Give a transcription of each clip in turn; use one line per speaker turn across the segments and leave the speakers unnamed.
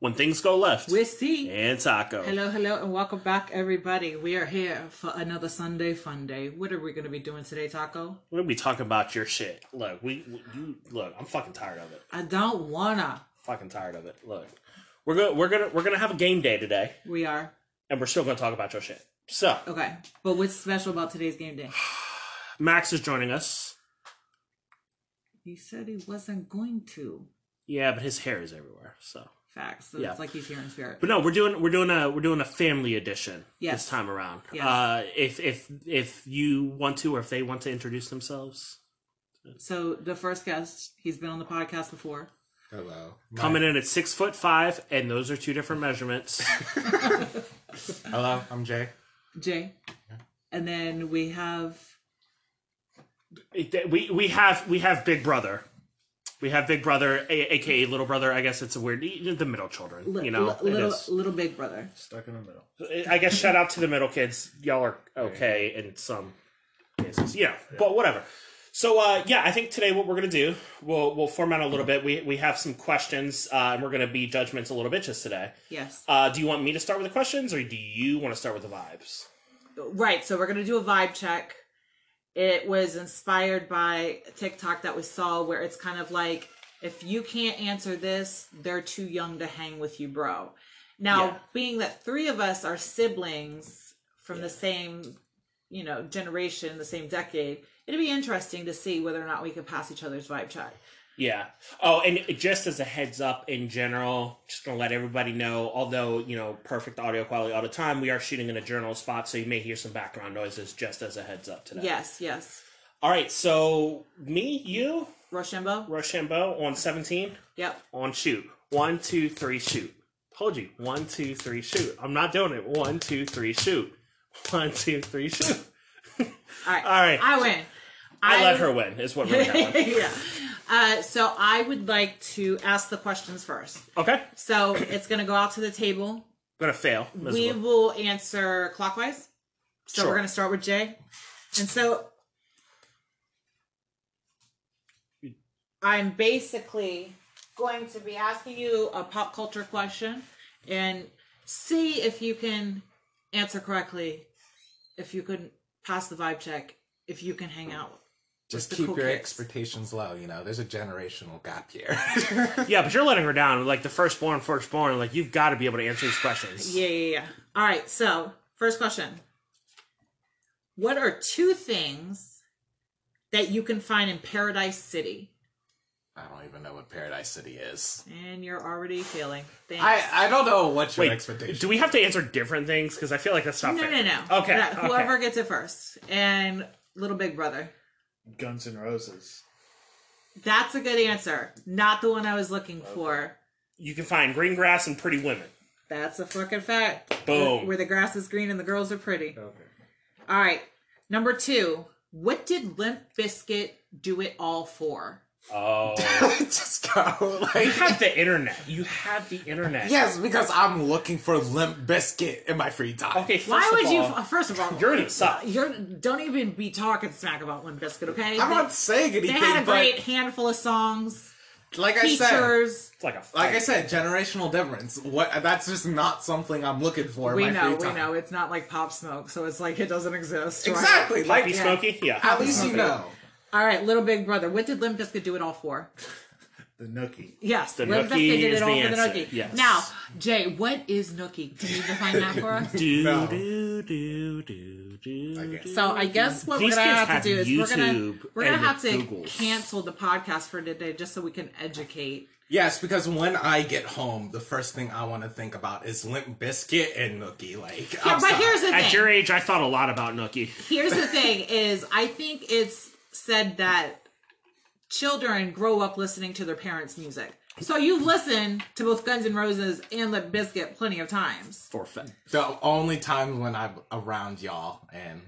When things go left,
We're C.
and Taco.
Hello, hello, and welcome back, everybody. We are here for another Sunday Fun Day. What are we going to be doing today, Taco?
We're gonna be talking about your shit. Look, we, we you look. I'm fucking tired of it.
I don't wanna.
Fucking tired of it. Look, we're gonna we're gonna we're gonna have a game day today,
We are
and we're still gonna talk about your shit. So
okay, but what's special about today's game day?
Max is joining us.
He said he wasn't going to.
Yeah, but his hair is everywhere. So,
Facts. So
Yeah.
It's like he's here in spirit.
but no, we're doing we're doing a we're doing a family edition
Yes.
this time around.
Yes.
Uh, if if if you want to, or if they want to introduce themselves,
So the first guest, he's been on the podcast before.
Hello.
coming in at six foot five, and those are two different measurements.
Hello, I'm Jay.
Jay. And then we have
It- we we have we have Big Brother. We have Big Brother, a, aka Little Brother. I guess it's a weird the middle children.
li-
you know,
li-
it
little
is.
little big brother.
Stuck in the middle.
I guess shout out to the middle kids. Y'all are okay in some cases, you know. But whatever. So uh, yeah, I think today what we're gonna do, we'll we'll format a little bit. We we have some questions, uh, and we're gonna be judgmental little bitches today.
Yes.
Uh, do you want me to start with the questions, or do you want to start with the vibes?
Right. So we're gonna do a vibe check. It was inspired by a TikTok that we saw where it's kind of like if you can't answer this, they're too young to hang with you, bro. Now,
Yeah.
being that three of us are siblings from the same, you know, generation, the same decade, it'd be interesting to see whether or not we could pass each other's vibe check.
Yeah. Oh, and just as a heads up in general, just gonna let everybody know, although, you know, perfect audio quality all the time, we are shooting in a journal spot, so you may hear some background noises just as a heads up today.
Yes, yes.
All right, so me, you,
Rochambeau?
Rochambeau on 17,
Yep.
on shoot. One, two, three, shoot. Told you. One, two, three, shoot. I'm not doing it. One, two, three, shoot. One, two, three, shoot.
All right.
All right.
I win.
I, let her win, is what really happened.
yeah. Uh, so I would like to ask the questions first.
Okay.
So it's going to go out to the table.
Gonna fail.
We
Miserable.
will answer clockwise. So
Sure.
we're going to start with Jay. And so I'm basically going to be asking you a pop culture question and see if you can answer correctly, if you can pass the vibe check, if you can hang out.
Just
the
keep
cool
your
kids.
expectations low. You know, there's a generational gap here.
Yeah, but you're letting her down. Like the firstborn, firstborn. Like you've got to be able to answer these questions.
Yeah, yeah, yeah. All right. So, first question What are two things that you can find in Paradise City?
I don't even know what Paradise City is.
And you're already failing. Thanks.
I, I don't know what your
Wait,
expectations.
do we have to answer different things? Because I feel like that's not
no,
fair.
no, no.
Okay.
Yeah, whoever
okay.
gets it first. And Little Big Brother.
Guns N' Roses.
That's a good answer. Not the one I was looking for.
you can find green grass and pretty women.
That's a fucking fact.
Boom.
Where the grass is green and the girls are pretty.
Okay.
All right. Number two. What did Limp Biscuit do it all for?
Oh,
Just go.
you
Like,
have the internet. You have the internet.
yes, because I'm looking for Limp Biscuit in my free time.
Okay. First
Why
of
would you?
all,
First of all, uh,
You're in the suck.
You're don't even be talking smack about Limp Bizkit, okay?
I'm
they,
not saying
they
anything,
had a
but
great handful of songs,
like I said,
features.
It's like a.
like I
fight.
said, generational difference. What? That's just not something I'm looking for.
We
in my
know,
free
we
time.
know. It's not like Pop Smoke, so it's like it doesn't exist. right?
Exactly. Like,
Be smoky. Yeah.
at least you know.
All right, Little Big Brother. What did Limp Bizkit do it all for?
The Nookie.
Yes,
The
Limp
Nookie
Bizkit did
is
it all
the
for the
answer,
Nookie.
yes.
Now, Jay, what is Nookie? Can you define that for us?
do,
No.
do do do do.
guess.
do.
So I guess what
These
we're gonna
kids
have to do is
have
we're gonna
YouTube
we're gonna
and
have to
Google.
cancel the podcast for today just so we can educate.
Yes, because when I get home, the first thing I want to think about is Limp Biscuit and Nookie. Like,
Yeah,
I'm
but
sorry.
here's the
At
thing.
your age, I thought a lot about Nookie.
here's the thing is i think it's said that children grow up listening to their parents music so you've listened to both guns N' roses and lip biscuit plenty of times
For fun.
the only time when I'm around y'all, and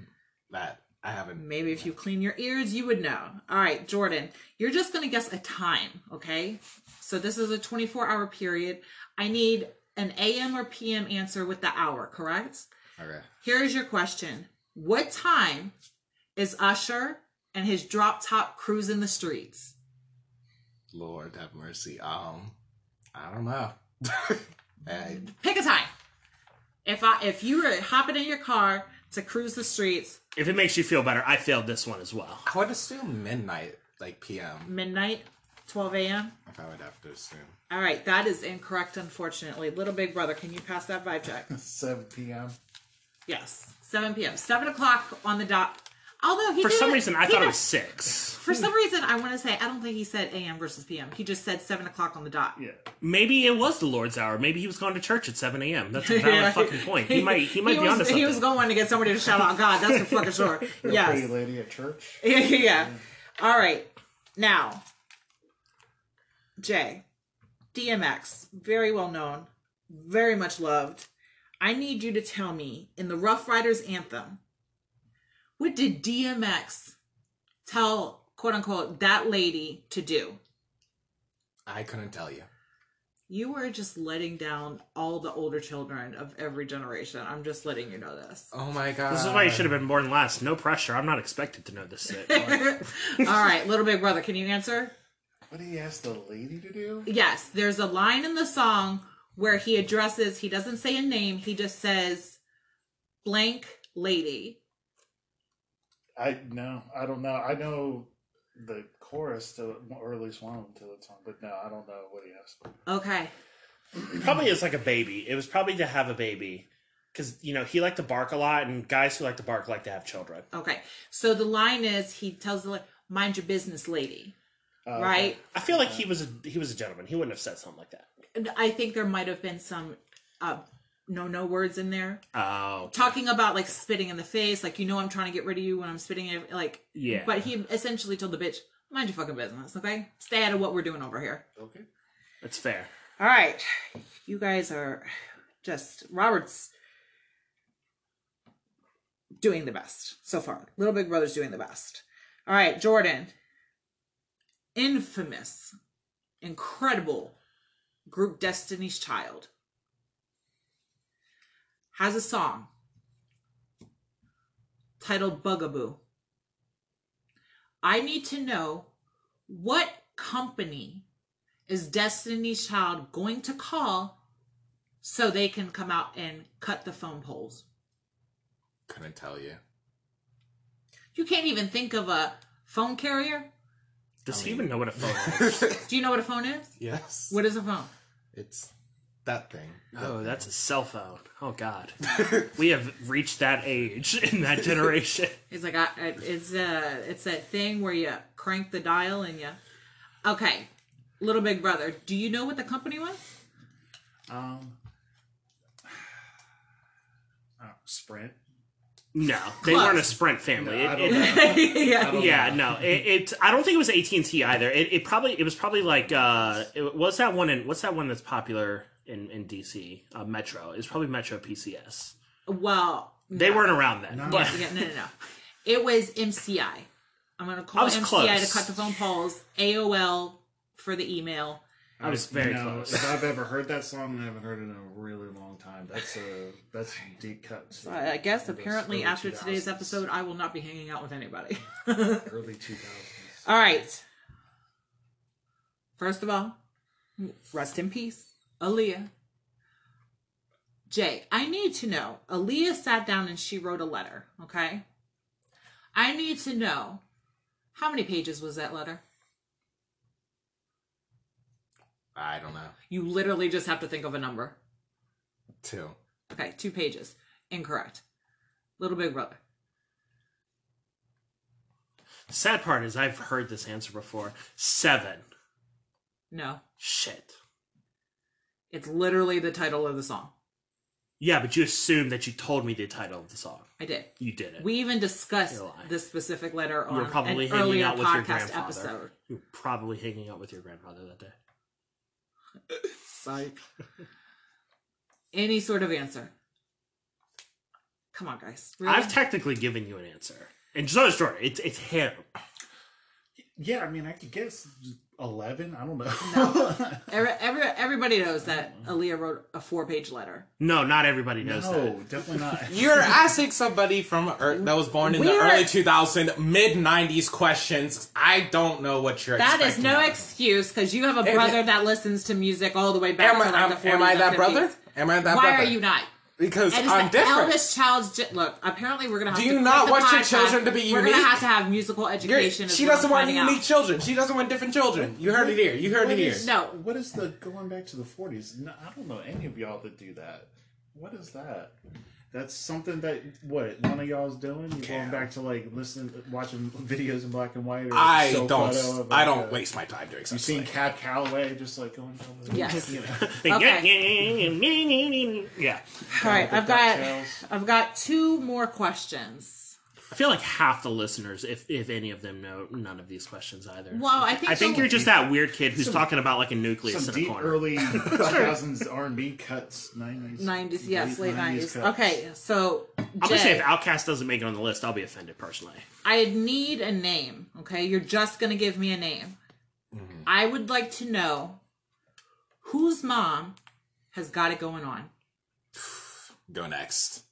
that I haven't.
maybe if you clean your ears you would know all right jordan you're just gonna guess a time okay so this is a 24 hour period i need an am or pm answer with the hour correct
Okay.
Here's your question. What time is Usher and his drop top cruising the streets?
Lord have mercy. Um, I don't know. I,
Pick a time. If I if you were hopping in your car to cruise the streets,
If it makes you feel better, I failed this one as well.
I would assume midnight, like PM,
midnight, twelve a.m.
if I would have to assume.
All right, that is incorrect. Unfortunately, little big brother, can you pass that vibe check?
7 p.m.
Yes, seven p.m. Seven o'clock on the dot. Although he
For
did
some
it-
reason, I
he
thought
did-
it was six.
For some reason, I want to say I don't think he said a.m. versus p.m. He just said seven o'clock on the dot.
Yeah.
Maybe it was the Lord's hour. Maybe he was going to church at seven a.m. That's a valid
Yeah.
fucking point. He might he might be
was,
onto something.
He was going to get somebody to shout out God. That's for fucking sure.
Pretty
Yes.
lady at church.
Yeah, yeah, yeah. All right. Now, Jay, DMX, very well known, very much loved. I need you to tell me in the Rough Riders anthem, what did DMX tell quote unquote that lady to do?
I couldn't tell you.
You were just letting down all the older children of every generation. I'm just letting you know this.
Oh my god.
This is why you should have been born last. No pressure. I'm not expected to know this shit.
all right, little big brother, can you answer?
What did he ask the lady to do?
Yes, there's a line in the song where he addresses, he doesn't say a name, he just says blank lady.
I no, I don't know. I know the chorus to, or at least one of them to the song, but no, I don't know what he asked.
Okay.
probably is like a baby. It was probably to have a baby because you know he liked to bark a lot, and guys who like to bark like to have children.
Okay. So the line is he tells the like mind your business lady.
Uh,
Right?
I feel like he was a, he was a gentleman. He wouldn't have said something like that.
And I think there might have been some uh no no words in there.
Oh,
Talking about like spitting in the face, like you know I'm trying to get rid of you when I'm spitting in like
yeah.
but he essentially told the bitch, mind your fucking business, okay? Stay out of what we're doing over here.
Okay.
that's fair.
All right. You guys are just Robert's doing the best so far. Little Big Brother's doing the best. All right, Jordan. Infamous, incredible group Destiny's Child has a song titled Bugaboo. I need to know what company is Destiny's Child going to call so they can come out and cut the phone poles?
Couldn't tell you.
You can't even think of a phone carrier.
Does
I
he
mean-
even know what a phone is?
Do you know what a phone is?
yes.
What is a phone?
It's that thing.
oh, that's a cell phone. Oh God, we have reached that age in that generation.
It's like I, I- it's uh it's that thing where you crank the dial and you. Okay, little big brother, do you know what the company was?
Um. I don't- Sprint.
No, they
Close.
weren't a Sprint family.
No, I
It-
don't
it-
know.
yeah.
don't
yeah, no, it, it. I don't think it was AT and T either. It, it probably it was probably like uh, it, what's that one in what's that one that's popular in in DC? Uh, Metro. It's probably Metro PCS.
Well,
They weren't around then,
No.
but
Yeah, no, no, no. It was MCI. I'm gonna
I
call
was
MCI
close.
to cut the phone calls. AOL for the email.
I was very
you know,
close.
If I've ever heard that song, I haven't heard it in a really long time. That's a that's some deep cuts.
I I guess
Those
apparently
early
after
2000s,
today's episode, I will not be hanging out with anybody.
early two thousands.
all right. First of all, rest in peace, Aaliyah. Jay, I need to know. Aaliyah sat down and she wrote a letter, okay? I need to know how many pages was that letter?
I don't know.
You literally just have to think of a number.
Two.
Okay, two pages. Incorrect. Little Big Brother.
sad part is I've heard this answer before. Seven.
No.
Shit.
It's literally the title of the song.
Yeah, but you assumed that you told me the title of the song.
I did.
You did it.
We even discussed
You're lying.
this specific letter
you
on
were probably
an
hanging
earlier
out with your
podcast
grandfather.
episode.
You were probably hanging out with your grandfather that day.
Psych. Any sort of answer. Come on, guys. Really?
I've technically given you an answer, and so is Jordan. It's it's him.
Yeah, I mean, I could guess eleven. I don't know.
Every, every, everybody knows that
Mm-hmm.
Aaliyah wrote a four page letter.
No, not everybody knows
no, definitely not.
You're asking somebody from Earth that was born in the
We're-
early 2000s, mid 90s questions. I don't know what you're
That is
expecting.
no
out of
excuse because you have a
Am-
brother that listens to music all the way back
Am
to
I,
like
am,
the 40s.
am I
and
that
50s.
brother? Am I that
Why
brother?
are you not?
Because
That is
I'm
the
different.
eldest child's. Ge- Look, apparently we're gonna have
Do
to.
you
quit
not
the
want your
podcast.
children to be
We're gonna
unique?
have to have musical
You're-
education. is
she
what I'm
doesn't want
finding out.
unique children. She doesn't want different children. You heard it here. You heard
What
it here.
is-
No.
What is the going back to the forties? No, I don't know any of y'all that do that. What is that? That's something that what one of y'all's doing. You're
Cam.
going back to like listening, watching videos in black and white. Or
I
show photo
don't.
of,
I
like,
don't
uh,
waste my time doing
You
something.
seen Cab Calloway just like going? over-
Yes.
You know,
that.
Okay.
Yeah.
All right,
the
I've got.
DuckTales.
I've got two more questions.
I feel like half the listeners, if if any of them know none of these questions either.
Well, I think.
I think
the-
you're just that weird kid who's talking about like a nucleus
some
in a
deep
corner.
early 2000s R&B cuts, 90s,
90s, yes, late 90s.
cuts.
Okay, so
I'm gonna
Jay,
say if Outcast doesn't make it on the list, I'll be offended personally.
I need a name, okay? You're just going to give me a name.
Mm-hmm.
I would like to know whose mom has got it going on.
Go next.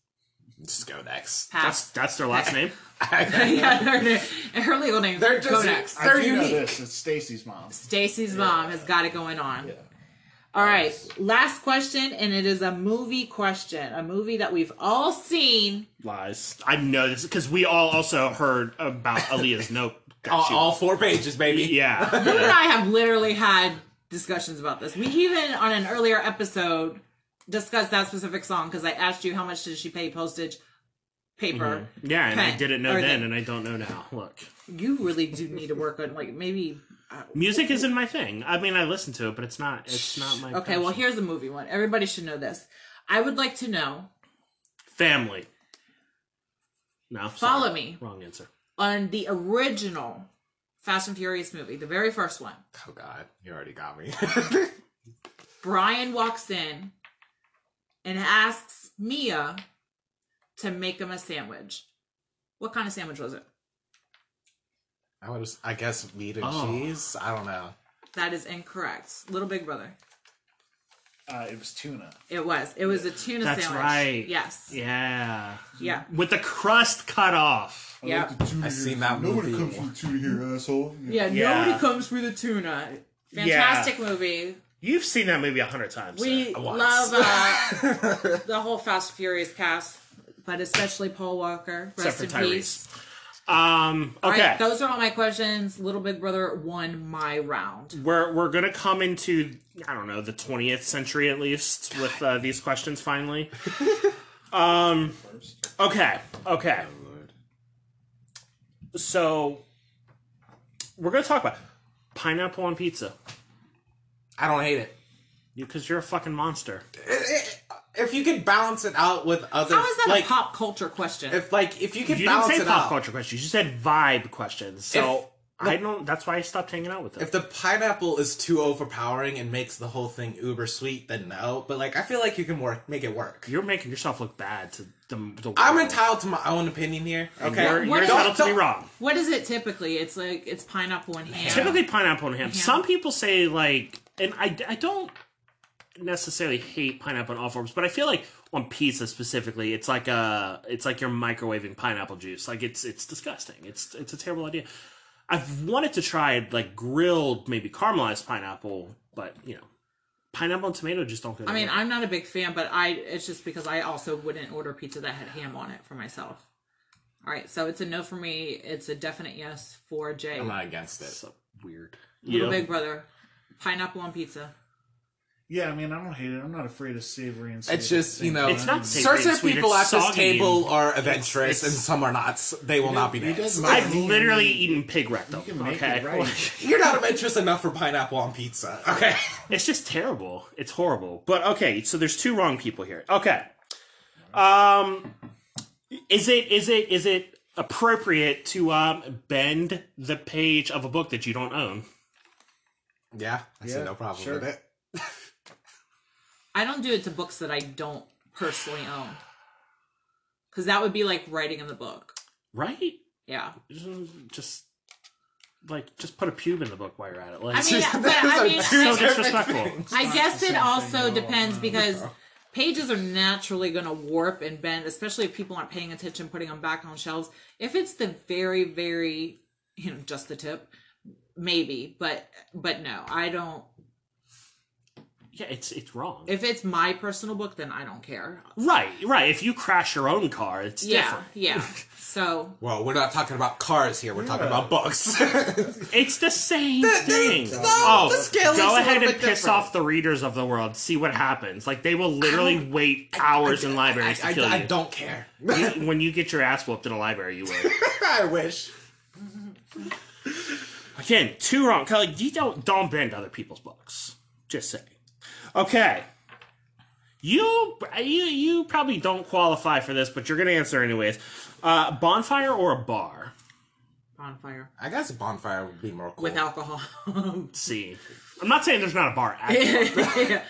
Just go next.
That's
Pass.
that's their last name.
yeah, her, her legal name
They're
is
just-
Konex.
I do
They're
know
unique.
this. It's Stacy's mom.
Stacy's mom has got it going on. All right, last question, and it is a movie question, a movie that we've all seen.
Lies. I know this because we all also heard about Aaliyah's note. that
all,
she-
all four pages, baby.
yeah.
You and I have literally had discussions about this. We even on an earlier episode discussed that specific song because I asked you how much did she pay postage, paper.
Yeah, and I
Pen.
didn't know
Or
then,
the-
and I don't know now. Look,
You really do need to work on like maybe. Uh,
music isn't my thing. I mean, I listen to it, but it's not. It's not my.
okay, well
passion.
here's a movie one. Everybody should know this. I would like to know
family. No, sorry.
Follow Me.
Wrong answer.
on the original Fast and Furious movie, the very first one.
Oh God, you already got me.
Brian walks in and asks Mia to make him a sandwich. What kind of sandwich was it?
I would. I guess meat and
Oh.
cheese. I don't know.
That is incorrect. Little Big Brother.
Uh, it was tuna.
It was. It was a tuna
That's
sandwich.
right.
Yes. Yeah.
Yeah,
Yeah.
with the crust cut off.
Yeah.
like the tuna
I
here.
seen that
Nobody
movie.
comes from tuna here, asshole.
Yeah.
Nobody comes for the tuna. Fantastic movie.
You've seen that movie a hundred times. Sarah.
We
Once.
love uh, the whole Fast Furious cast, but especially Paul Walker. Rest
except for
in
Tyrese.
peace.
Um.
All
Okay.
right, those are all my questions. Little Big Brother won my round.
we're we're gonna come into I don't know the twentieth century at least with uh, these questions finally. um. Okay. Okay. So we're gonna talk about pineapple on pizza
I don't hate it.
because you're a fucking monster.
If you could balance it out with other,
How is that
like
a pop culture question?
if like if you could
You didn't
balance
say
it
pop
out.
culture questions. You said vibe questions. So I don't. That's why I stopped hanging out with them.
If the pineapple is too overpowering and makes the whole thing uber sweet, then no. But like, I feel like you can work, make it work.
you're making yourself look bad to the. the
I'm
world.
entitled to my own opinion here. Okay,
You're, you're
What if-
entitled to be
Don't-
wrong.
what is it typically? It's like it's pineapple and ham.
Typically pineapple and ham. Some people say like, and I, I don't necessarily hate pineapple on all forms, but I feel like on pizza specifically, it's like a, it's like you're microwaving pineapple juice. Like it's it's disgusting. It's it's a terrible idea. I've wanted to try like grilled, maybe caramelized pineapple, but you know, pineapple and tomato just don't go.
I mean,
together.
I'm not a big fan, but I it's just because I also wouldn't order pizza that had ham on it for myself. All right, so it's a no for me. It's a definite yes for Jay.
I'm not against
It's
it.
so weird.
Little
Yeah.
Big Brother, pineapple on pizza.
Yeah, I mean, I don't hate it. I'm not afraid of savory and savory.
It's just you know,
It's not savory
certain
and sweet,
people
it's
at this
soggy
table are adventurous
it's-
and some are not. So They will not be
it
named.
doesn't-
I've literally eaten pig rectum.
You can make
okay,
it right.
You're not adventurous enough for pineapple on pizza. Okay,
It's just terrible. It's horrible. But okay, so there's two wrong people here. Okay. Um is it is it is it appropriate to um bend the page of a book that you don't own?
yeah, I see
Yeah,
no problem
sure.
with it.
I don't do it to books that I don't personally own, because that would be like writing in the book.
Right?
Yeah,
Just like just put a pube in the book while you're at it. Like,
I mean,
it's
but I mean,
so
I,
disrespectful.
I guess it
Something
also
wrong.
depends because
No.
pages are naturally going to warp and bend, especially if people aren't paying attention, putting them back on shelves. If it's the very, very, you know, just the tip, maybe. But but no, I don't.
yeah, it's it's wrong.
If it's my personal book, then I don't care.
right, right. If you crash your own car, it's
yeah,
different.
yeah. So
Well, we're not talking about cars here. We're talking about books.
It's the same
they-
thing.
no,
oh,
the scale is a
go
little
ahead and
bit
piss
different.
off the readers of the world. See what happens. Like they will literally wait hours in libraries
I,
to kill
I
you.
don't care.
You- When you get your ass whooped in a library, you will.
I wish.
Again, too wrong. Kelly, you don't don't bend other people's books. Just saying. Okay. You you you probably don't qualify for this, but you're gonna answer anyways. Uh, bonfire or a bar?
bonfire
I guess a bonfire would be more cool.
with alcohol,
Let's see, I'm not saying there's not a bar. at-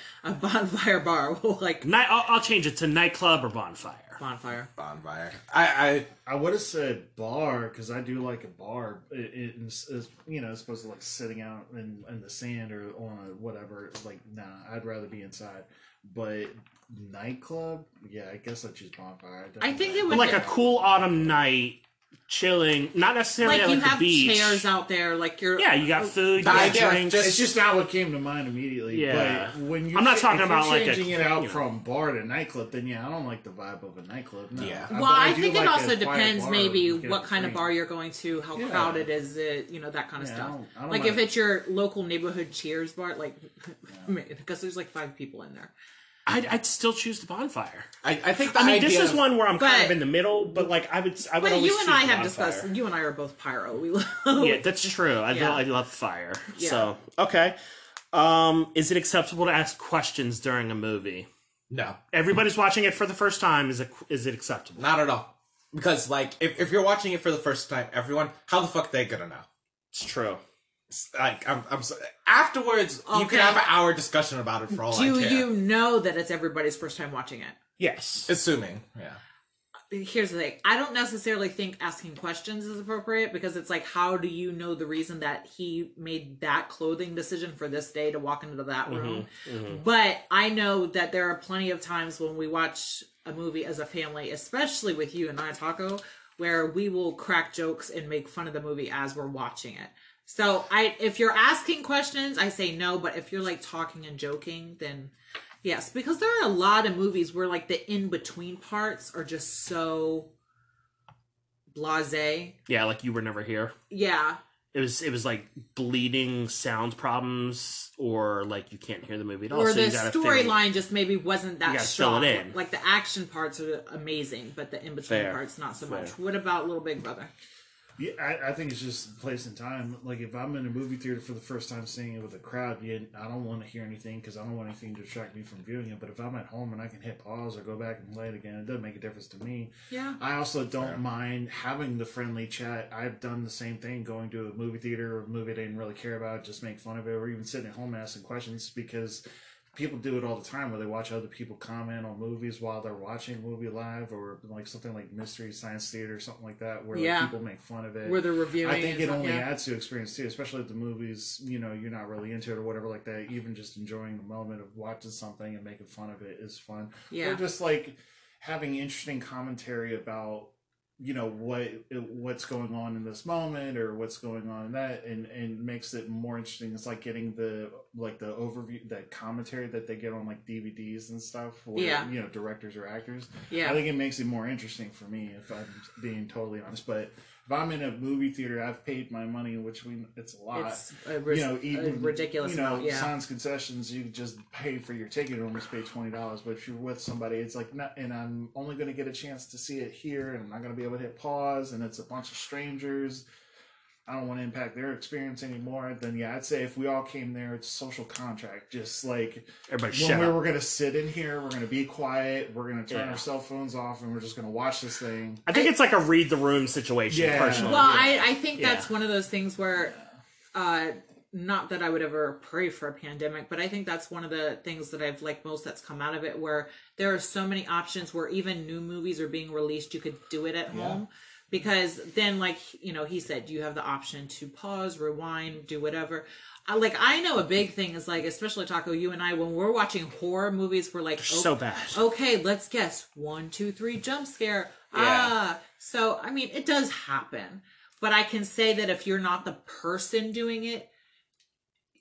a bonfire bar, like
Night, I'll, I'll change it to nightclub or bonfire.
bonfire.
bonfire. I,
I would have said bar because I do like a bar. It, it, it's, it's, you know, it's supposed to like sitting out in, in the sand or on a whatever. It's Like, nah, I'd rather be inside. But nightclub, yeah, I guess I choose bonfire.
I think it would
But like a cool autumn night, chilling. Not necessarily
like
at,
you
like
have
the beach.
chairs out there, like you're
yeah, you got food, you
I
got
guess
drinks.
just-
It's just not what came to mind immediately.
Yeah.
But when you,
I'm not talking
if
about,
you're
like, a-
changing it out
you know.
from bar to nightclub. Then yeah, I don't like the vibe of a nightclub. No.
Yeah.
I-
Well,
but
I,
do
think
like
it
a
also
quiet
depends
bar
maybe
where you can
what kind of
drink.
bar you're going to, how
Yeah.
crowded is it, you know, that kind of
Yeah, I
stuff.
don't- I don't
like
mind
if
it.
it's your local neighborhood Cheers bar, like because there's like five people in there.
I'd, I'd still choose the bonfire.
I, I think the
I mean,
idea
this is
of-
one where I'm kind
But-
of in the middle, but like I would, I would.
But
always
you and
choose
I
the
have
bonfire.
discussed. You and I are both pyro. We love.
Yeah, that's true. I,
Yeah.
lo- I love fire.
Yeah.
So okay, um, is it acceptable to ask questions during a movie?
No,
Everybody's watching it for the first time. Is it is it acceptable?
not at all. Because like, if, if you're watching it for the first time, everyone, how the fuck they gonna know?
It's true.
It's Like, I'm, I'm so, afterwards, you
Okay.
can have an hour discussion about it for all
Do
I care.
you know that it's everybody's first time watching it?
Yes.
Assuming, yeah.
here's the thing i don't necessarily think asking questions is appropriate because it's like how do you know the reason that he made that clothing decision for this day to walk into that room but i know that there are plenty of times when we watch a movie as a family especially with you and i taco where we will crack jokes and make fun of the movie as we're watching it so i if you're asking questions i say no but if you're like talking and joking then Yes, because there are a lot of movies where like the in between parts are just so blase.
Yeah, like you were never here.
Yeah.
It was it was like bleeding sound problems, or like you can't hear the movie at all.
or
so you
the
gotta fill it-
storyline just maybe wasn't that
gotta fill
strong.
it in.
Like the action parts are amazing, but the in between
Fair.
parts not so
Fair.
much. What about Little Big Brother?
Yeah, I, I think it's just place and time. Like if I'm in a movie theater for the first time, seeing it with a crowd, yeah, I don't want to hear anything because I don't want anything to distract me from viewing it. But if I'm at home and I can hit pause or go back and play it again, it doesn't make a difference to me.
Yeah.
I also don't mind having the friendly chat. I've done the same thing going to a movie theater or a movie I didn't really care about, just make fun of it, or even sitting at home and asking questions because people do it all the time where they watch other people comment on movies while they're watching a movie live or like something like Mystery Science Theater or something like that where like,
Yeah.
people make fun of it.
Where they're reviewing
I think
and
it
stuff,
only
yeah.
adds to experience too, especially at the movies, you know, you're not really into it or whatever like that. Even just enjoying the moment of watching something and making fun of it is fun.
Yeah.
Or just like having interesting commentary about you know what what's going on in this moment or what's going on in that and and makes it more interesting it's like getting the like the overview that commentary that they get on like dvds and stuff where
Yeah.
you know directors or actors
Yeah.
i think it makes it more interesting for me if i'm being totally honest but if i'm in a movie theater i've paid my money which we it's a lot
It's a, ris-
you know,
a
even,
ridiculous
You know,
amount. Yeah.
sans concessions, you just pay for your ticket and almost pay twenty dollars. But if you're with somebody, it's like, not, and I'm only going to get a chance to see it here, and I'm not going to be able to hit pause, and it's a bunch of strangers. I don't want to impact their experience anymore. Then yeah, I'd say if we all came there, it's social contract. Just like
Everybody
when
shut
we
up.
were going to sit in here, we're going to be quiet, we're going to turn
Yeah.
our cell phones off, and we're just going to watch this thing.
I think it's like a read the room situation.
Yeah.
Personally,
Well, I, I think
Yeah.
that's one of those things where, uh, not that I would ever pray for a pandemic, but I think that's one of the things that I've liked most that's come out of it, where there are so many options where even new movies are being released, you could do it at home. because then like you know he said you have the option to pause rewind do whatever I, like i know a big thing is like especially taco you and i when we're watching horror movies we're like oh,
so bad.
okay let's guess one two three jump scare ah so i mean it does happen but i can say that if you're not the person doing it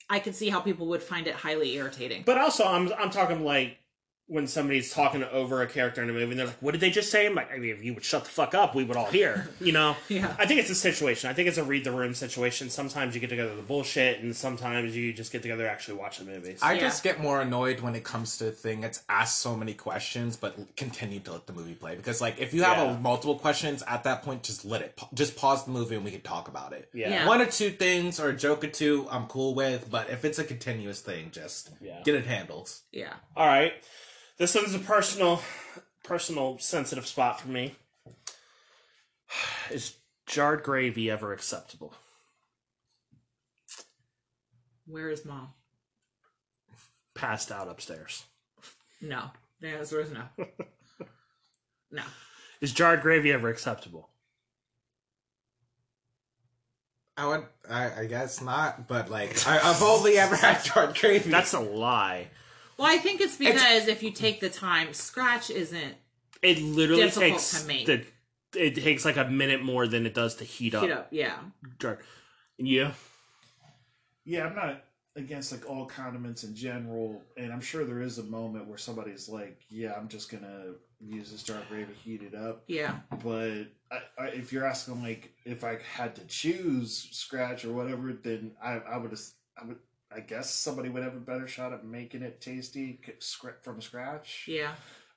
i can see how people would find it highly irritating
But also, I'm I'm talking like when somebody's talking over a character in a movie, and they're like, "What did they just say?" I'm like, I mean, if you would shut the fuck up, we would all hear. You know?
Yeah.
I think it's a situation. I think it's a read the room situation. Sometimes you get together the bullshit, and sometimes you just get together to actually watch the movies.
I
Yeah.
just get more annoyed when it comes to the thing that's asked so many questions, but continue to let the movie play. Because like, if you have
Yeah.
a, multiple questions at that point, just let it. pa- Just pause the movie and we can talk about it.
yeah.
Yeah.
One or two things or a joke or two, I'm cool with. But if it's a continuous thing, just
Yeah.
get it handled.
yeah
All right. This one's a personal, personal sensitive spot for me. Is jarred gravy ever acceptable?
where is mom
Passed out upstairs.
No. The answer is no. no.
Is jarred gravy ever acceptable?
I would, I, I guess not. But like, I, I've only ever had jarred gravy.
That's a lie.
Well, I think it's because if you take the time, scratch isn't.
It literally
Difficult
takes
to make.
the. It takes like a minute more than it does to heat up.
You know, yeah.
Jarred. Yeah.
Yeah, I'm not against like all condiments in general, and I'm sure there is a moment where somebody's like, "Yeah, I'm just gonna use this dark gravy, heat it up."
Yeah.
But I, I, if you're asking like if I had to choose scratch or whatever, then I, I would as- I would I guess somebody would have a better shot at making it tasty c- scr- from scratch.
Yeah.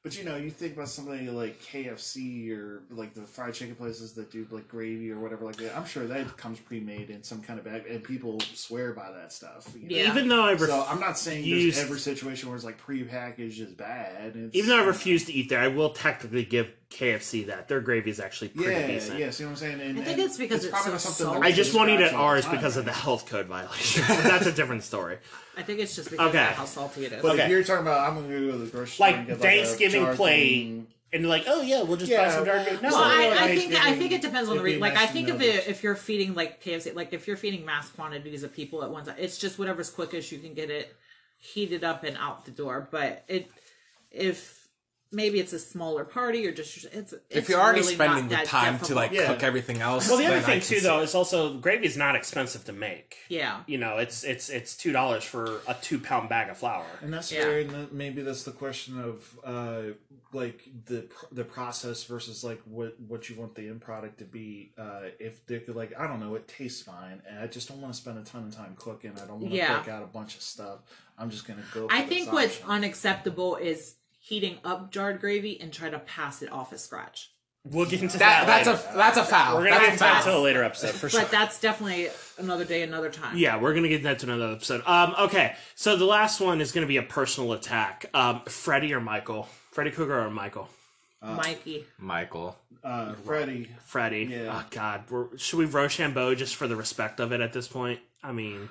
But you know, you think about somebody like KFC or like the fried chicken places that do like gravy or whatever like that. I'm sure that comes pre-made in some kind of bag, and people swear by that stuff. you know?
Yeah.
Even though I ref-
So I'm not saying
Used-
there's every situation where it's like prepackaged is bad. It's,
even though I refuse to eat there, I will technically give KFC that their gravy is actually pretty
yeah,
decent.
yeah, see what I'm saying? And,
I think
and
it's because it's
probably
so
something that
salty.
I
we
just won't eat
scratch
at
all the
ours
time,
because of the
right?
health code violation. That's a different story.
I think it's just because
Okay.
of how salty it is.
But
Okay.
if you're talking about, I'm going to go to the grocery store
Like
and get, a
Thanksgiving
jar
plate,
thing.
and like, oh yeah, we'll just buy
Yeah,
some dark gravy. No,
well, I, I
like
think I think
Thanksgiving,
it depends on the
it'd be
reason. Like
nice
I
to
think
know
of
this.
it if you're feeding like KFC, like if you're feeding mass quantities of people at once, it's just whatever's quickest you can get it heated up and out the door. But it if maybe it's a smaller party or just it's,
if
it's
you're already
really
spending
not
the
that
time to
difficult.
like
Yeah.
cook everything else.
Well, the other
then I
thing
can
too,
see-
though, is also gravy is not expensive to make.
yeah
You know, it's it's it's two dollars for a two pound bag of flour.
And that's
Yeah.
where the, maybe that's the question of uh, like the pr- the process versus like what what you want the end product to be. Uh, if they could like I don't know, it tastes fine, and I just don't want to spend a ton of time cooking. I don't want to
Yeah.
pick out a bunch of stuff. I'm just gonna go.
I
for this
think what's
option.
unacceptable is heating up jarred gravy and try to pass it off as scratch.
We'll get into
that,
that.
that's
later.
a that's a foul.
We're gonna get
That's a
into that
foul.
to a later episode for sure.
But that's definitely another day, another time.
Yeah, we're gonna get that to another episode. Um, okay, so the last one is gonna be a personal attack. Um, Freddie or Michael? Freddy Krueger or Michael?
Mikey.
Michael.
uh, Freddie.
Freddy.
Yeah.
Oh God, we're, should we Rochambeau just for the respect of it at this point? I mean,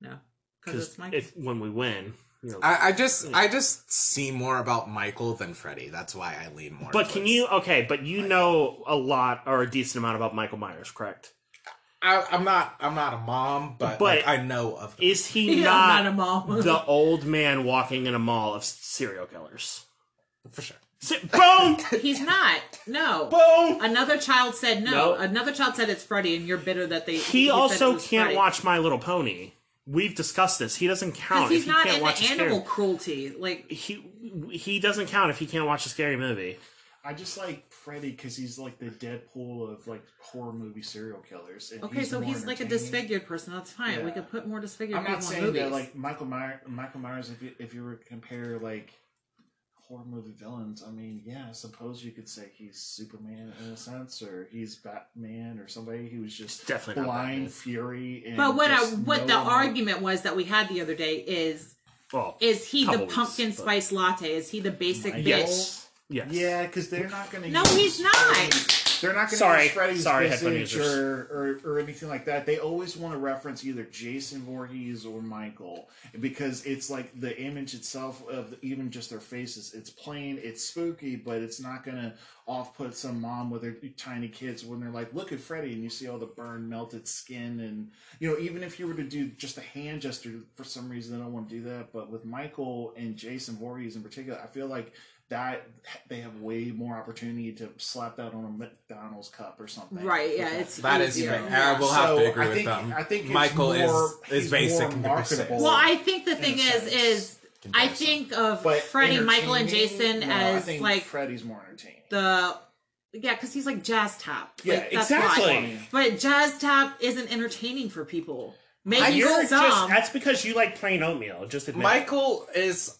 No. Because
because
it's Mikey.
if when we win, you know.
I, I just I just see more about Michael than Freddy. That's why I lean more.
but can
towards-
you? Okay, but you know a lot or a decent amount about Michael Myers, correct?
I, I'm not I'm not a mom, but,
But-
like, I know of. The,
Is he
Yeah,
not,
I'm not a mom.
the old man walking in a mall of serial killers?
for sure.
Si- Boom!
He's not. No.
Boom!
Another child said no.
No.
Another child said it's Freddy, and you're bitter that they.
He,
said it
also
was
can't
Freddy.
watch My Little Pony. We've discussed this. He doesn't count
Because
if
he's
he
not
can't
in
watch
the
a
animal
scary.
cruelty. Like,
He he doesn't count if he can't watch a scary movie.
I just like Freddy because he's like the Deadpool of like horror movie serial killers. and
okay, so
more
he's like a
entertaining.
disfigured person. That's fine. We
Yeah.
could put more disfigured
I'm
people
not
in
saying
movies.
that like Michael Myers, Michael Myers. If you, if you were to compare like horror movie villains, I mean, yeah, I suppose you could say he's Superman in a sense, or he's Batman, or somebody who was just
definitely not Batman.
blind fury. And
but what I,
just
what
no
the
one-
argument was that we had the other day is
Well,
Is he
Couple
the
weeks,
pumpkin
but-
spice latte? Is he the basic
Michael?
bitch?
yes, yes.
Yeah, because they're not going to.
No, he's not.
They're not going to
Sorry.
use Freddy's
Sorry, headphone
visage
users.
or, or or anything like that. They always want to reference either Jason Voorhees or Michael because it's like the image itself of even just their faces. It's plain, it's spooky, but it's not going to off put some mom with her tiny kids when they're like, "Look at Freddy," and you see all the burned, melted skin, and you know, even if you were to do just a hand gesture, for some reason they don't want to do that. But with Michael and Jason Voorhees in particular, I feel like that they have way more opportunity to slap that on a McDonald's cup or something.
Right, yeah, it's
That is
easier.
fair. I will have
So,
to agree
I
with
think-
them.
I think it's
Michael
more-
is is
he's
basic
more
compared to
marketable.
Well, I think the
In a
thing is,
sense.
is I
Comparison.
think of
But
Freddie, Michael, and
entertaining?
Jason
No, I
as
think
like
Freddy's more entertaining.
the yeah, because he's like jazz top.
Yeah,
like, that's why.
exactly.
But jazz top isn't entertaining for people.
I-
Maybe
You're
some.
just that's because you like plain oatmeal. Just admit. it.
Michael is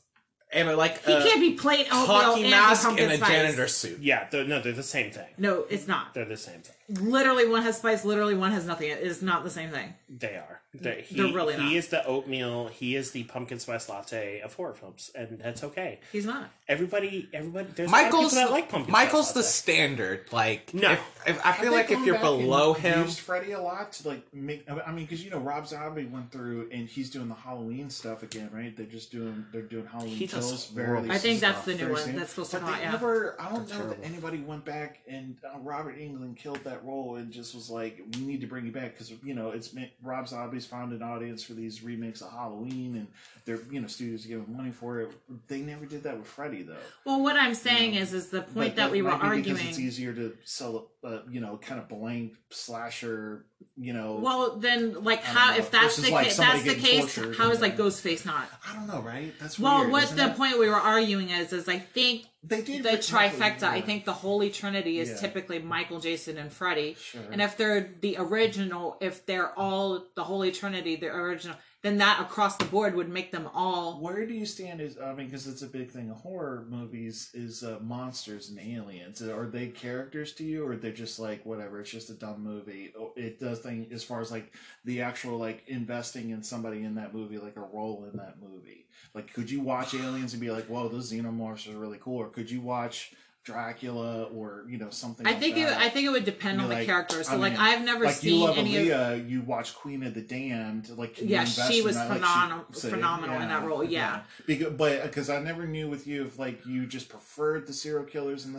and like
he
a
can't be plain oatmeal
hockey
and
mask
be pumpkin
and a
spice.
janitor suit.
Yeah, they're, no, they're the same thing.
No, it's not.
They're the same thing.
Literally, one has spice. Literally, one has nothing. It is not the same thing.
They are. They, he,
They're really
He
not.
is the oatmeal. He is the pumpkin spice latte of horror films, and that's okay.
He's not.
Everybody, everybody. There's Michael's
Michael's
a lot of people that like pumpkin.
Michael's
spice
the
latte.
standard. Like
No.
if, if I feel
they
like if
gone
you're
back and
below him,
used Freddy a lot to like make. I mean, because you know Rob Zombie went through and he's doing the Halloween stuff again, right? They're just doing they're doing Halloween
He does
kills.
horrible
Very
I think that's
stuff,
the new
very
one
same.
that's supposed to
But
come
they
out, yeah.
never. I don't
That's
know
terrible.
that anybody went back and uh, Robert England killed that role and just was like, we need to bring you back because you know it's meant, Rob Zombie's found an audience for these remakes of Halloween and they're you know studios are giving money for it. They never did that with Freddy though.
Well, what I'm saying is, is the point
But
that we were
might be Because it's
arguing.
easier to sell, uh, you know, kind of blank slasher, you know.
Well, then, like,
don't
how
know.
if that's
Versus,
the
like,
case,
somebody
that's the
getting
case.
tortured
How
and
is like
then-
Ghostface not?
I don't know, right? That's
Well,
weird,
what
isn't
the
it?
point we were arguing is, is I think
They did
the
originally
trifecta.
do
I
it.
think the Holy Trinity is
Yeah.
typically Michael, Jason, and Freddy.
Sure.
And if they're the original, if they're all the Holy Trinity, the original, then that across the board would make them all.
Where do you stand? Is I mean, because it's a big thing of horror movies is uh, monsters and aliens. Are they characters to you, or they're just like whatever? It's just a dumb movie. Oh, It does thing as far as like the actual like investing in somebody in that movie, like a role in that movie. Like, could you watch Aliens and be like, "Whoa, those xenomorphs are really cool," or could you watch Dracula or you know something?
I
like
think it.
that?
I think it would depend
You're
on the
like,
character. So
I
like,
mean,
I've never
like you
seen
love
any of.
Aaliyah, you watch Queen of the Damned. Like, can you
Yeah,
invest
she
in
was
that? Like,
phenom-
so,
phenomenal in that role, yeah.
Becau- but because I never knew with you if like you just preferred the serial killers and the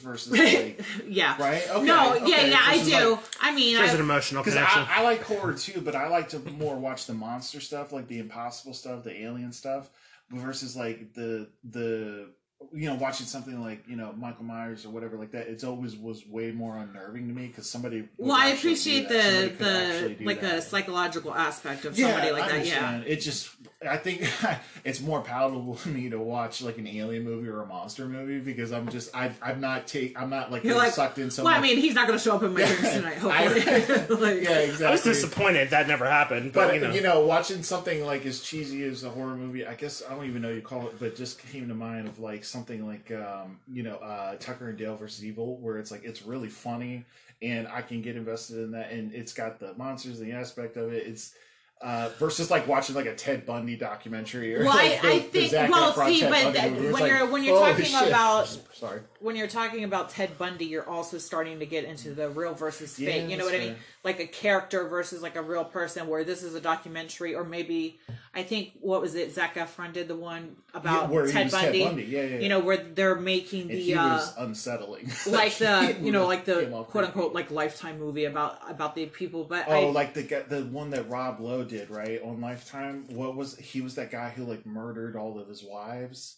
versus like.
Yeah.
Right? Okay,
No. yeah.
okay,
Yeah. I
this is
do.
like-
I mean,
There's an
I,
emotional
Because
connection.
I, I like horror too, but I like to more watch the monster stuff, like the impossible stuff, the alien stuff, versus like the the you know watching something like you know Michael Myers or whatever like that. It's always was way more unnerving to me because somebody. would
well, I
actually do
appreciate
that. Somebody
the
could actually
the
do
like the
that.
psychological aspect of somebody like
I
that. Yeah.
understand. It just, I think it's more palatable to me to watch like an alien movie or a monster movie because I'm just, I, I'm not take, I'm not like,
You're like,
sucked in so
well, I
much.
mean, he's not going to show up in my dreams tonight. Hopefully. Like-
yeah, exactly.
I was disappointed that never happened, but,
But
you know,
watching something like as cheesy as a horror movie, I guess I don't even know you call it, but just came to mind of like something like um, you know uh, Tucker and Dale versus Evil, where it's like it's really funny and I can get invested in that, and it's got the monsters, the aspect of it. It's uh, versus like watching like a Ted Bundy documentary or
Well, I-
like
I think- well, see, but that- when you're- when you're talking about-
sorry,
when you're talking about Ted Bundy, you're also starting to get into the real versus
Yeah,
fake. You know
that's
what I mean?
fair.
Like a character versus like a real person. Where this is a documentary, or maybe I think what was it? Zac Efron did the one
Yeah,
about
where he
Ted,
was Ted
Bundy,
Bundy. Yeah, yeah, yeah.
You know where they're making
and
the
he
uh,
was unsettling,
like the
he
you know
was-
like
came
the
off
quote
pretty-
unquote like lifetime movie about about the people. But
Oh,
I,
like the guy, the one that Rob Lowe did, right? On Lifetime. What was he was that guy who like murdered all of his wives?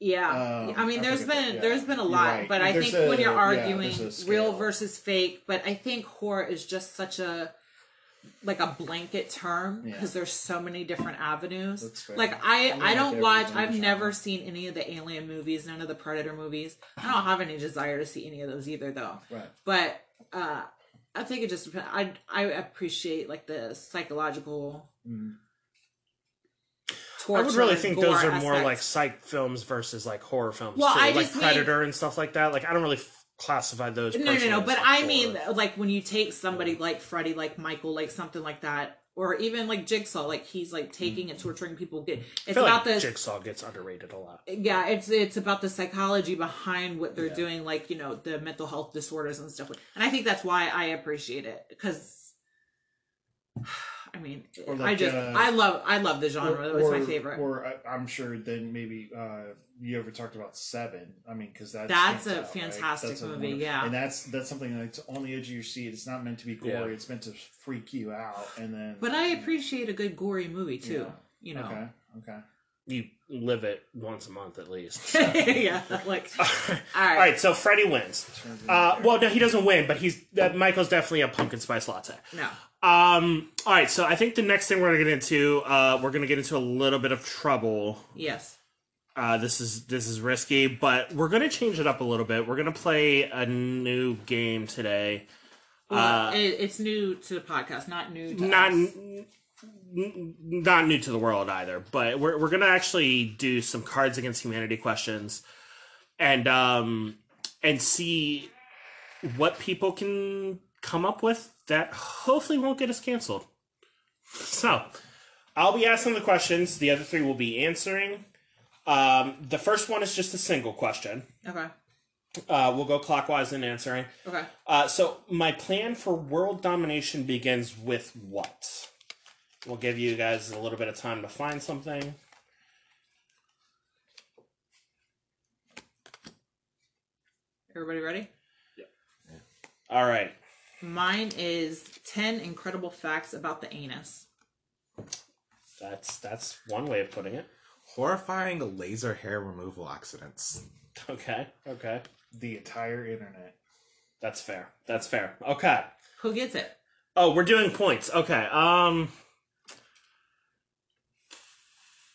Yeah,
Um,
I mean,
I
there's
forget
been
the- yeah,
there's been a
you're
lot,
right.
but I
There's
think when
a-
you're
yeah,
arguing
there's a scale.
real versus fake, but I think horror is just such a like a blanket term
Yeah.
because there's so many different avenues.
That's fair.
Like I,
I mean,
I,
like
don't
every
watch.
genre.
I've never seen any of the Alien movies, none of the Predator movies. I don't have any desire to see any of those either, though.
Right.
But uh I think it just depends. I I appreciate like the psychological.
Mm.
I would really
torture
think
and
those
gore
are more
aspects.
like psych films versus like horror films,
Well,
too.
I
like
just mean-
Predator and stuff like that. Like I don't really f- classify those.
No, no,
personally
no.
as,
But
like,
I
horror.
mean, like when you take somebody like Freddie, like Michael, like something like that, or even like Jigsaw, like he's
Mm.
like taking and torturing people. Get
I
it's
feel
about
like
this.
Jigsaw gets underrated a lot.
yeah, it's it's about the psychology behind what they're doing, like you know the mental health disorders and stuff. And I think that's why I appreciate it because, I mean,
Or like,
I just
uh,
I love I love the genre. that was my favorite.
Or I- I'm sure then maybe uh, you ever talked about Seven. I mean, because that's
That's a
right?
fantastic
a
movie,
wonder-
yeah.
and that's that's something that's on the edge of your seat. It's not meant to be gory.
Yeah.
It's meant to freak you out. And then,
But I appreciate a good gory movie too.
Yeah.
You know.
Okay, okay.
You live it once a month at least.
yeah, like all right.
All right, so Freddy wins. Uh, well, no, he doesn't win, but he's uh, Michael's definitely a pumpkin spice latte.
No.
Um, all right, so I think the next thing we're gonna get into, uh, we're gonna get into a little bit of trouble.
Yes.
Uh, this is this is risky, but we're gonna change it up a little bit. We're gonna play a new game today.
Well, it, it's new to the podcast, not new. To
Uh, Not
us.
n- n- not new to the world either, but we're we're gonna actually do some Cards Against Humanity questions, and um and see what people can come up with that hopefully won't get us canceled. So, I'll be asking the questions. The other three will be answering. Um, the first one is just a single question.
okay.
Uh, we'll go clockwise in answering.
Okay.
Uh, so my plan for world domination begins with what? We'll give you guys a little bit of time to find something.
Everybody ready?
All right.
Mine is ten incredible facts about the anus.
That's that's one way of putting it.
Horrifying laser hair removal accidents.
Okay. Okay.
The entire internet.
That's fair. That's fair. Okay.
Who gets it?
Oh, we're doing points. Okay. Um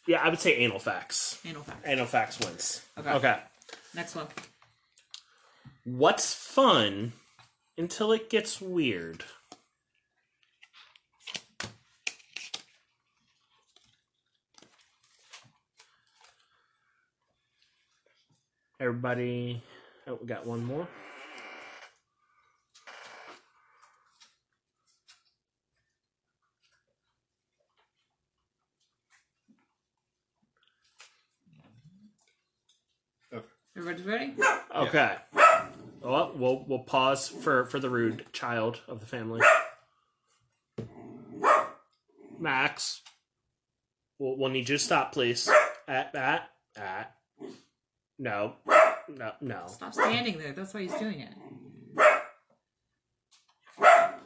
Yeah, I would say anal facts.
Anal facts.
Anal facts wins.
Okay.
Okay.
Next one.
What's fun until it gets weird? Everybody, oh, we got one more.
Everybody ready?
Okay. Well, we'll we'll pause for for the rude child of the family. Max, we'll, we'll need you to stop, please. At that, at no, no, no.
Stop standing there. That's why he's doing it.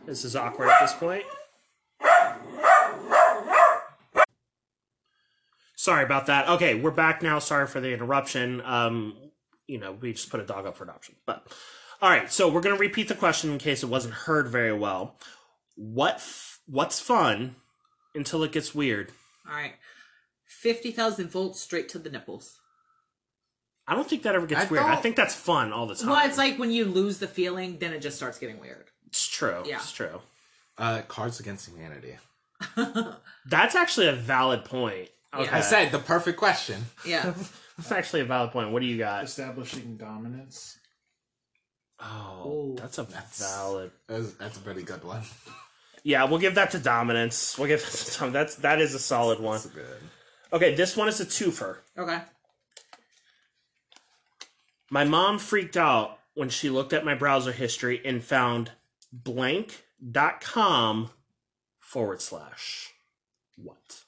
This is awkward at this point. Sorry about that. Okay, we're back now. Sorry for the interruption. Um, you know, we just put a dog up for adoption. But all right, so we're gonna repeat the question in case it wasn't heard very well. What f- what's fun until it gets weird?
All right. Fifty thousand volts straight to the nipples.
I don't think that ever gets
I
weird. I
thought-
think that's fun all the time.
Well, it's like when you lose the feeling, then it just starts getting weird.
it's true.
Yeah.
It's true.
Uh, Cards Against Humanity.
That's actually a valid point. Okay.
I said the perfect question.
Yeah.
that's actually a valid point. What do you got?
Establishing dominance.
Oh, that's a valid.
That's, that's a pretty good one.
Yeah, we'll give that to dominance. We'll give that to Dom- that's that is a solid one.
That's a good.
Okay, this one is a twofer.
okay.
My mom freaked out when she looked at my browser history and found blank.com forward slash what?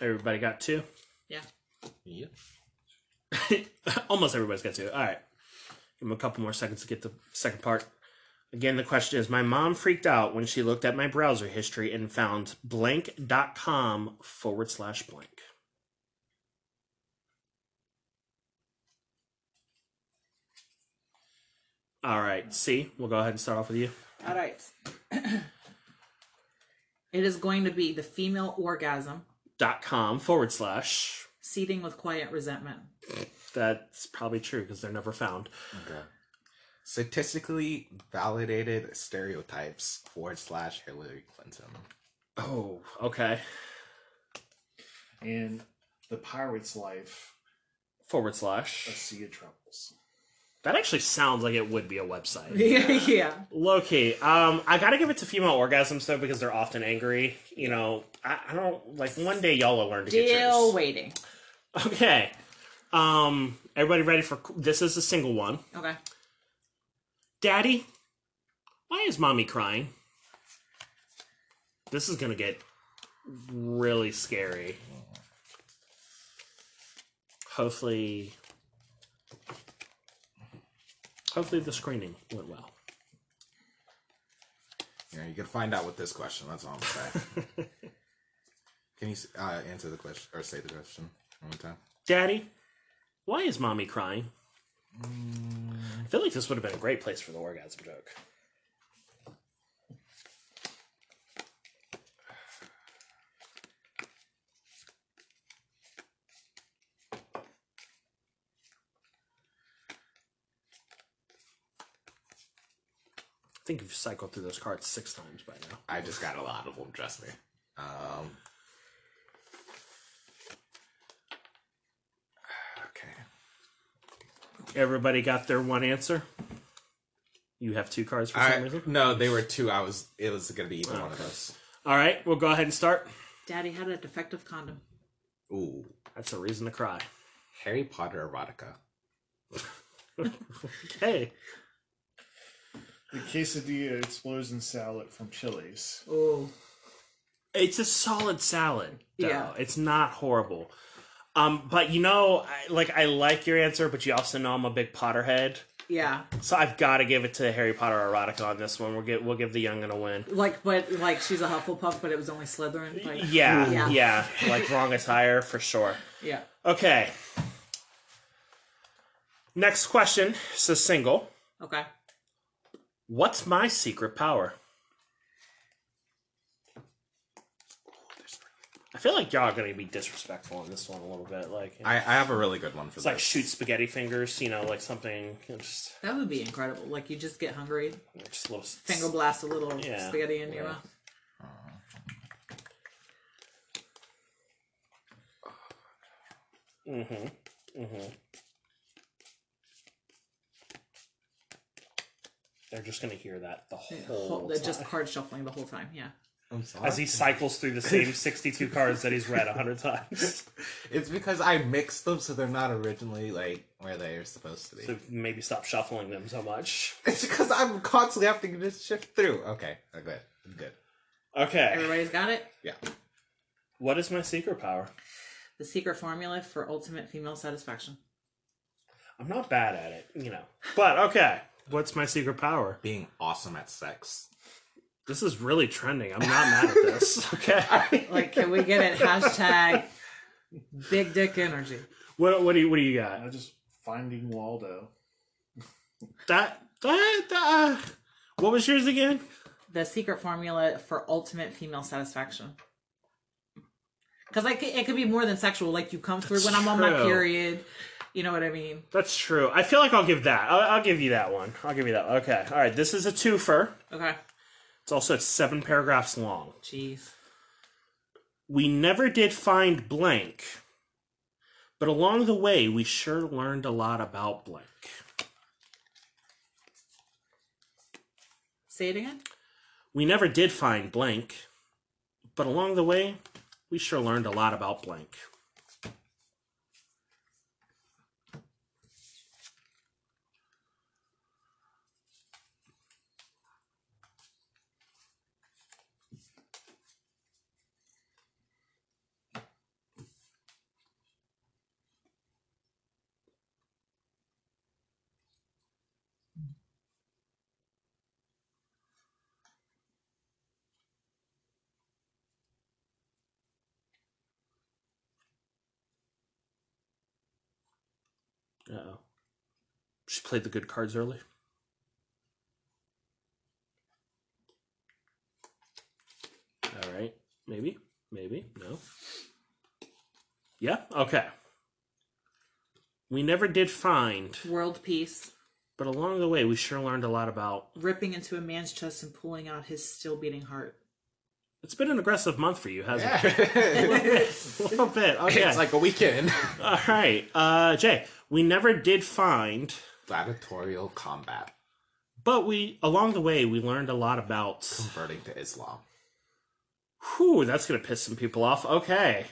Everybody got two?
Yeah.
Yep.
Almost everybody's got two. All right. Give him a couple more seconds to get the second part. Again, the question is My mom freaked out when she looked at my browser history and found blank.com forward slash blank. All right, C. We'll go ahead and start off with you.
All right. it is going to be the female orgasm,
Dot com forward slash.
seething with quiet resentment.
That's probably true because they're never found.
Okay. Statistically validated stereotypes forward slash Hillary Clinton.
Oh, okay.
And the pirate's life,
Forward
a
slash.
sea of troubles.
That actually sounds like it would be a website.
Yeah, yeah.
Loki, um, I gotta give it to female orgasms though because they're often angry. You know, I, I don't like. One day y'all will learn to get
Still
yours.
waiting.
Okay, um, everybody ready for this? Is a single one.
Okay.
Daddy, why is mommy crying? This is gonna get really scary. Hopefully, hopefully the screening went well.
You know, you can find out with this question. That's all I'm saying. can you uh, answer the question or say the question one more time?
Daddy, why is mommy crying? I feel like this would have been a great place for the orgasm joke. I think you've cycled through those cards six times by now.
I just got a lot of them. Trust me. Um, okay.
Everybody got their one answer? You have two cards for some
I,
reason?
no, they were two. I was. It was gonna be either one of those.
All right, we'll go ahead and start.
Daddy had a defective condom.
Ooh,
That's a reason to cry.
Harry Potter erotica.
Hey,
The quesadilla explosion salad from Chili's.
Oh.
it's a solid salad. Though.
Yeah.
it's not horrible. Um, but you know, I, like I like your answer, but you also know I'm a big Potterhead,
Yeah.
so I've got to give it to Harry Potter erotica on this one. We'll get we'll give the young a win.
Like, but like she's a Hufflepuff, but it was only Slytherin. Like,
Yeah, yeah,
Yeah.
like wrong attire for sure.
yeah.
Okay. Next question. So single.
Okay.
What's my secret power? I feel like y'all are gonna be disrespectful on this one a little bit. Like
I, I have a really good one for
It's
this.
like shoot spaghetti fingers, you know, like something you know, just
That would be incredible. Like you just get hungry,
just a little
finger blast a little
Yeah.
spaghetti in your mouth.
Mm-hmm. They're just gonna hear that the whole
Whole-
time.
just card shuffling the whole time. Yeah.
I'm sorry.
as he cycles through the same sixty-two cards that he's read a hundred times.
It's because I mixed them, so they're not originally like where they're supposed to be.
So maybe stop shuffling them so much.
It's because I'm constantly having to shift through. Okay, I'm good. I'm good.
Okay.
Everybody's got it.
Yeah.
What is my secret power?
The secret formula for ultimate female satisfaction.
I'm not bad at it, you know. But okay. What's my secret power?
Being awesome at sex.
This is really trending. I'm not mad at this. Okay.
Like, can we get it? Hashtag big dick energy.
What what do you what do you got?
I just finding Waldo.
That that, that uh, what was yours again?
The secret formula for ultimate female satisfaction. Because like it could be more than sexual. Like you come through when I'm on my
true.
period. You know what I mean?
That's true. I feel like I'll give that. I'll, I'll give you that one. I'll give you that. Okay. All right. This is a twofer.
Okay.
It's also it's seven paragraphs long.
Jeez.
We never did find blank, but along the way we sure learned a lot about blank.
Say it again.
We never did find blank, but along the way we sure learned a lot about blank. Uh oh. She played the good cards early. Maybe. Maybe. No. Yeah. Okay. We never did find,
World peace.
but along the way, we sure learned a lot about.
Ripping into a man's chest and pulling out his still beating heart.
It's been an aggressive month for you, hasn't it?
it's
A little bit. Okay.
like a weekend.
All right. Uh, Jay, we never did find,
Gladiatorial combat,
but we along the way we learned a lot about.
converting to Islam.
Whew, that's gonna piss some people off. Okay.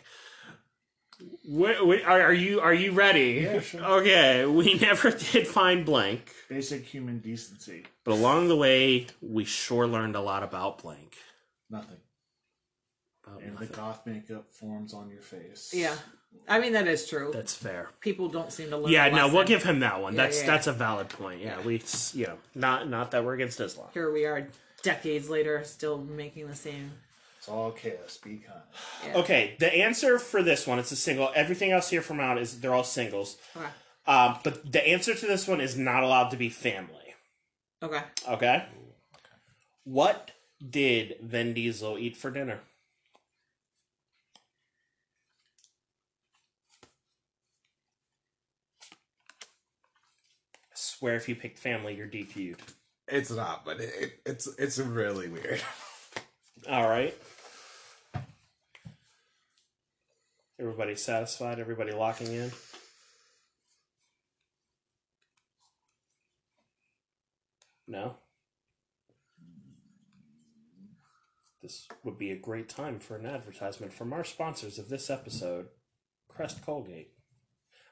Wh- wh- are, are you are you ready?
Yeah, sure.
Okay. We never did find blank,
Basic human decency.
but along the way we sure learned a lot about blank.
Nothing.
About
And the
nothing.
goth makeup forms on your face.
Yeah. I mean, that is true.
That's fair.
People don't seem to learn.
Yeah,
the
no, we'll
lesson.
give him that one.
Yeah,
that's
yeah,
that's a valid point. Yeah, we s- you know not not that we're against Islam.
Here we are, decades later, still making the same.
It's all chaos. Be kind.
Okay, the answer for this one it's a single. Everything else here from out is they're all singles.
Okay.
Um, but the answer to this one is not allowed to be family.
Okay.
Okay. What did Vin Diesel eat for dinner? I swear, if you picked family, you're DQ'd.
It's not, but it, it, it's it's really weird.
All right. Everybody satisfied? Everybody locking in? No? This would be a great time for an advertisement from our sponsors of this episode, Crest Colgate.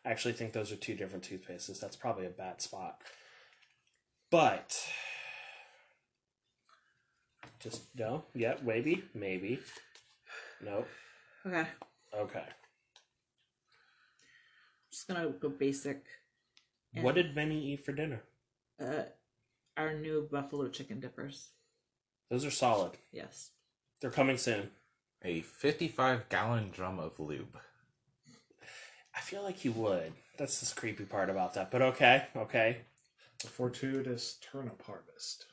I actually think those are two different toothpastes. That's probably a bad spot. But. Just no. Yeah, maybe, maybe. Nope.
Okay.
Okay.
Just gonna go basic. And,
What did Vinny eat for dinner?
uh, our new buffalo chicken dippers?
Those are solid.
Yes.
They're coming soon.
A 55 gallon drum of lube.
I feel like you would. That's the creepy part about that. But okay, okay.
A fortuitous turnip harvest.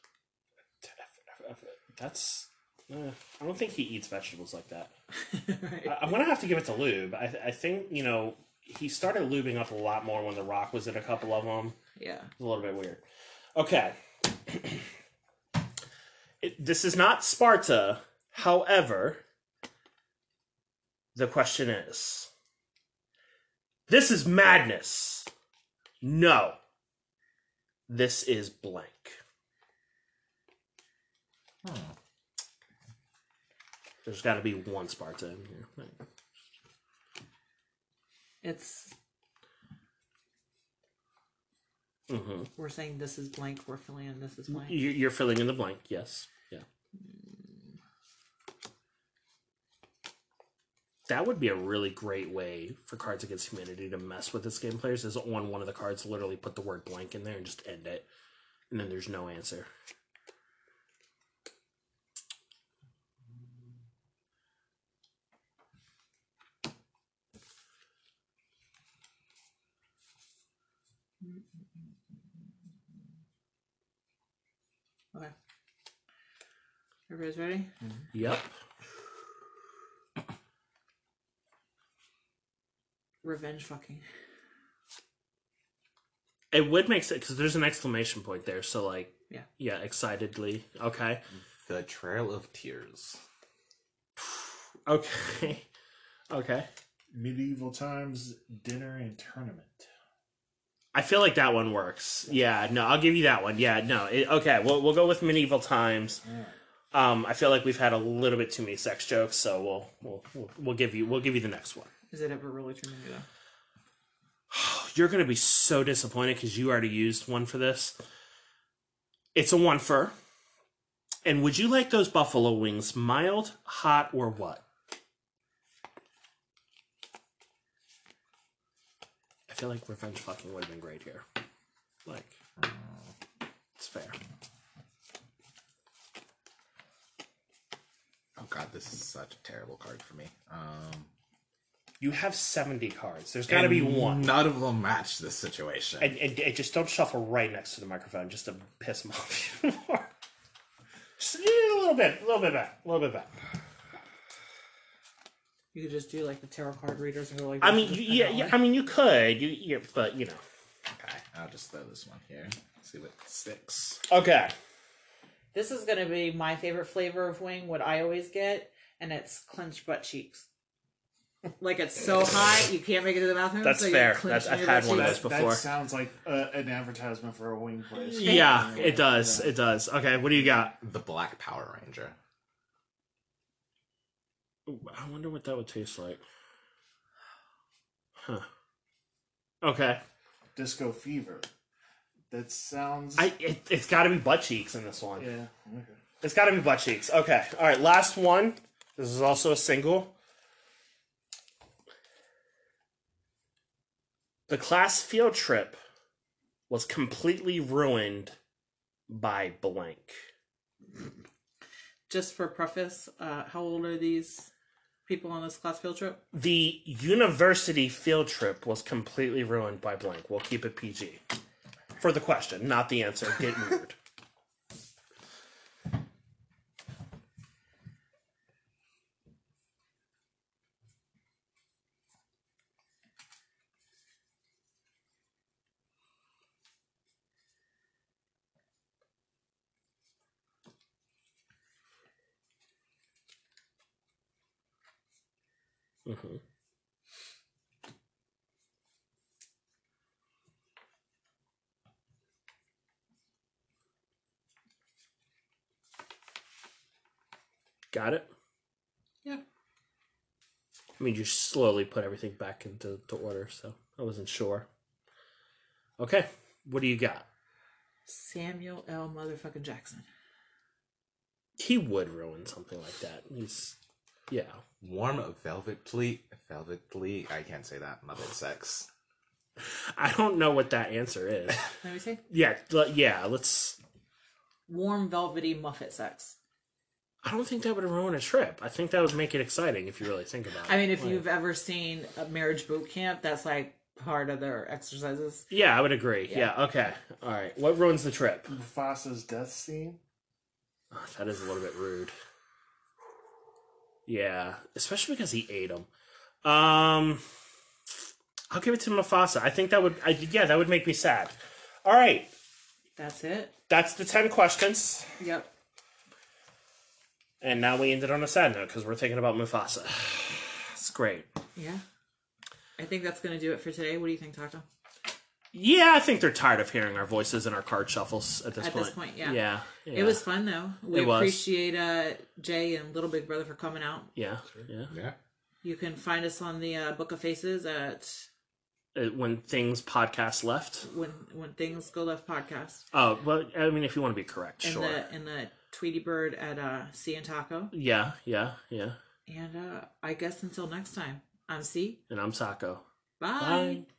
That's. Uh, I don't think he eats vegetables like that.
right.
I, I'm gonna have to give it to Lube. I, I think you know he started lubing up a lot more when The Rock was in a couple of them.
yeah.
It's a little bit weird. Okay. It- this is not Sparta. However, the question is this is madness. No. This is blank.
Hmm.
There's got to be one Sparta in here.
It's
Mm-hmm.
we're saying this is blank. We're filling in this is blank.
You- You're filling in the blank. Yes. Yeah. That would be a really great way for Cards Against Humanity to mess with its game players. Is on one of the cards, literally put the word blank in there and just end it, and then there's no answer.
Okay. Everybody's ready?
Yep.
Revenge fucking.
It would make sense because there's an exclamation point there. So like,
Yeah.
yeah, excitedly. Okay.
The Trail of Tears.
Okay. okay.
Medieval times dinner and tournament.
I feel like that one works. Yeah, no, I'll give you that one. Yeah, no, it, okay, we'll we'll go with medieval times. Um, I feel like we've had a little bit too many sex jokes, so we'll we'll we'll, we'll give you we'll give you the next one.
Is it ever really turned into that?
You're gonna be so disappointed because you already used one for this. It's a one fur. And would you like those buffalo wings mild, hot, or what? I feel like revenge fucking would have been great here. Like, it's fair.
Oh god, this is such a terrible card for me. Um,
You have 70 cards. There's got to be
and
one.
None of them match this situation.
And, and, and just don't shuffle right next to the microphone just to piss him off even more. Just a little bit, a little bit back, a little bit back.
You could just do like the tarot card readers who are like.
I mean,
this
you,
is
yeah,
the
yeah, I
finale.
mean, you could, you, yeah, but you know.
Okay, I'll just throw this one here. See what sticks.
Okay.
This is gonna be my favorite flavor of wing. What I always get, and it's clenched butt cheeks. Like it's so hot you can't make it to the bathroom.
That's
so
fair.
You clench
That's- I've
your butt
had one of
cheeks.
those before.
That sounds like uh, an advertisement for a wing place.
Yeah, it does. It does. Okay, what do you got?
The Black Power Ranger.
Ooh, I wonder what that would taste like. Huh. Okay.
Disco Fever. That sounds.
I it, it's got to be butt cheeks in this one.
yeah. Okay.
It's got to be butt cheeks. Okay. All right. Last one. This is also a single. The class field trip was completely ruined by blank.
Just for preface, uh, how old are these people on this class field trip?
The university field trip was completely ruined by blank. We'll keep it PG for the question, not the answer. Get weird. hmm Got it.
Yeah.
I mean, you slowly put everything back into to order, so I wasn't sure. Okay, what do you got?
Samuel L. Motherfucking Jackson.
He would ruin something like that. He's, yeah.
Warm velvet pleat. Velvet pleat. I can't say that. Muppet sex.
I don't know what that answer is.
Let me see.
yeah, le- yeah. Let's.
Warm velvety muffet sex.
I don't think that would ruin a trip. I think that would make it exciting if you really think about it.
I mean, if
Like-
you've ever seen a marriage boot camp, that's like part of their exercises.
Yeah, I would agree. Yeah.
Yeah.
okay. All right. What ruins the trip?
Mufasa's death scene.
Oh, that is a little bit rude. Yeah, especially because he ate him. Um, I'll give it to Mufasa. I think that would, I, yeah, that would make me sad. All right,
That's it.
that's the ten questions,
Yep.
and now we ended on a sad note because we're thinking about Mufasa. It's great.
Yeah. I think that's going to do it for today. What do you think, Tata?
Yeah, I think they're tired of hearing our voices and our card shuffles at this
At
point.
this point, yeah.
yeah, yeah.
It was fun, though. We
It was.
appreciate uh, Jay and Little Big Brother for coming out.
yeah, yeah.
Yeah.
You can find us on the uh, Book of Faces at
Uh, When things podcast left.
when when things go left podcast
Oh well, I mean, if you want to be correct,
and
sure.
the and the Tweety Bird at uh, Sea and Taco.
Yeah, yeah, yeah.
And uh, I guess until next time, I'm C.
And I'm Sako.
Bye.
Bye.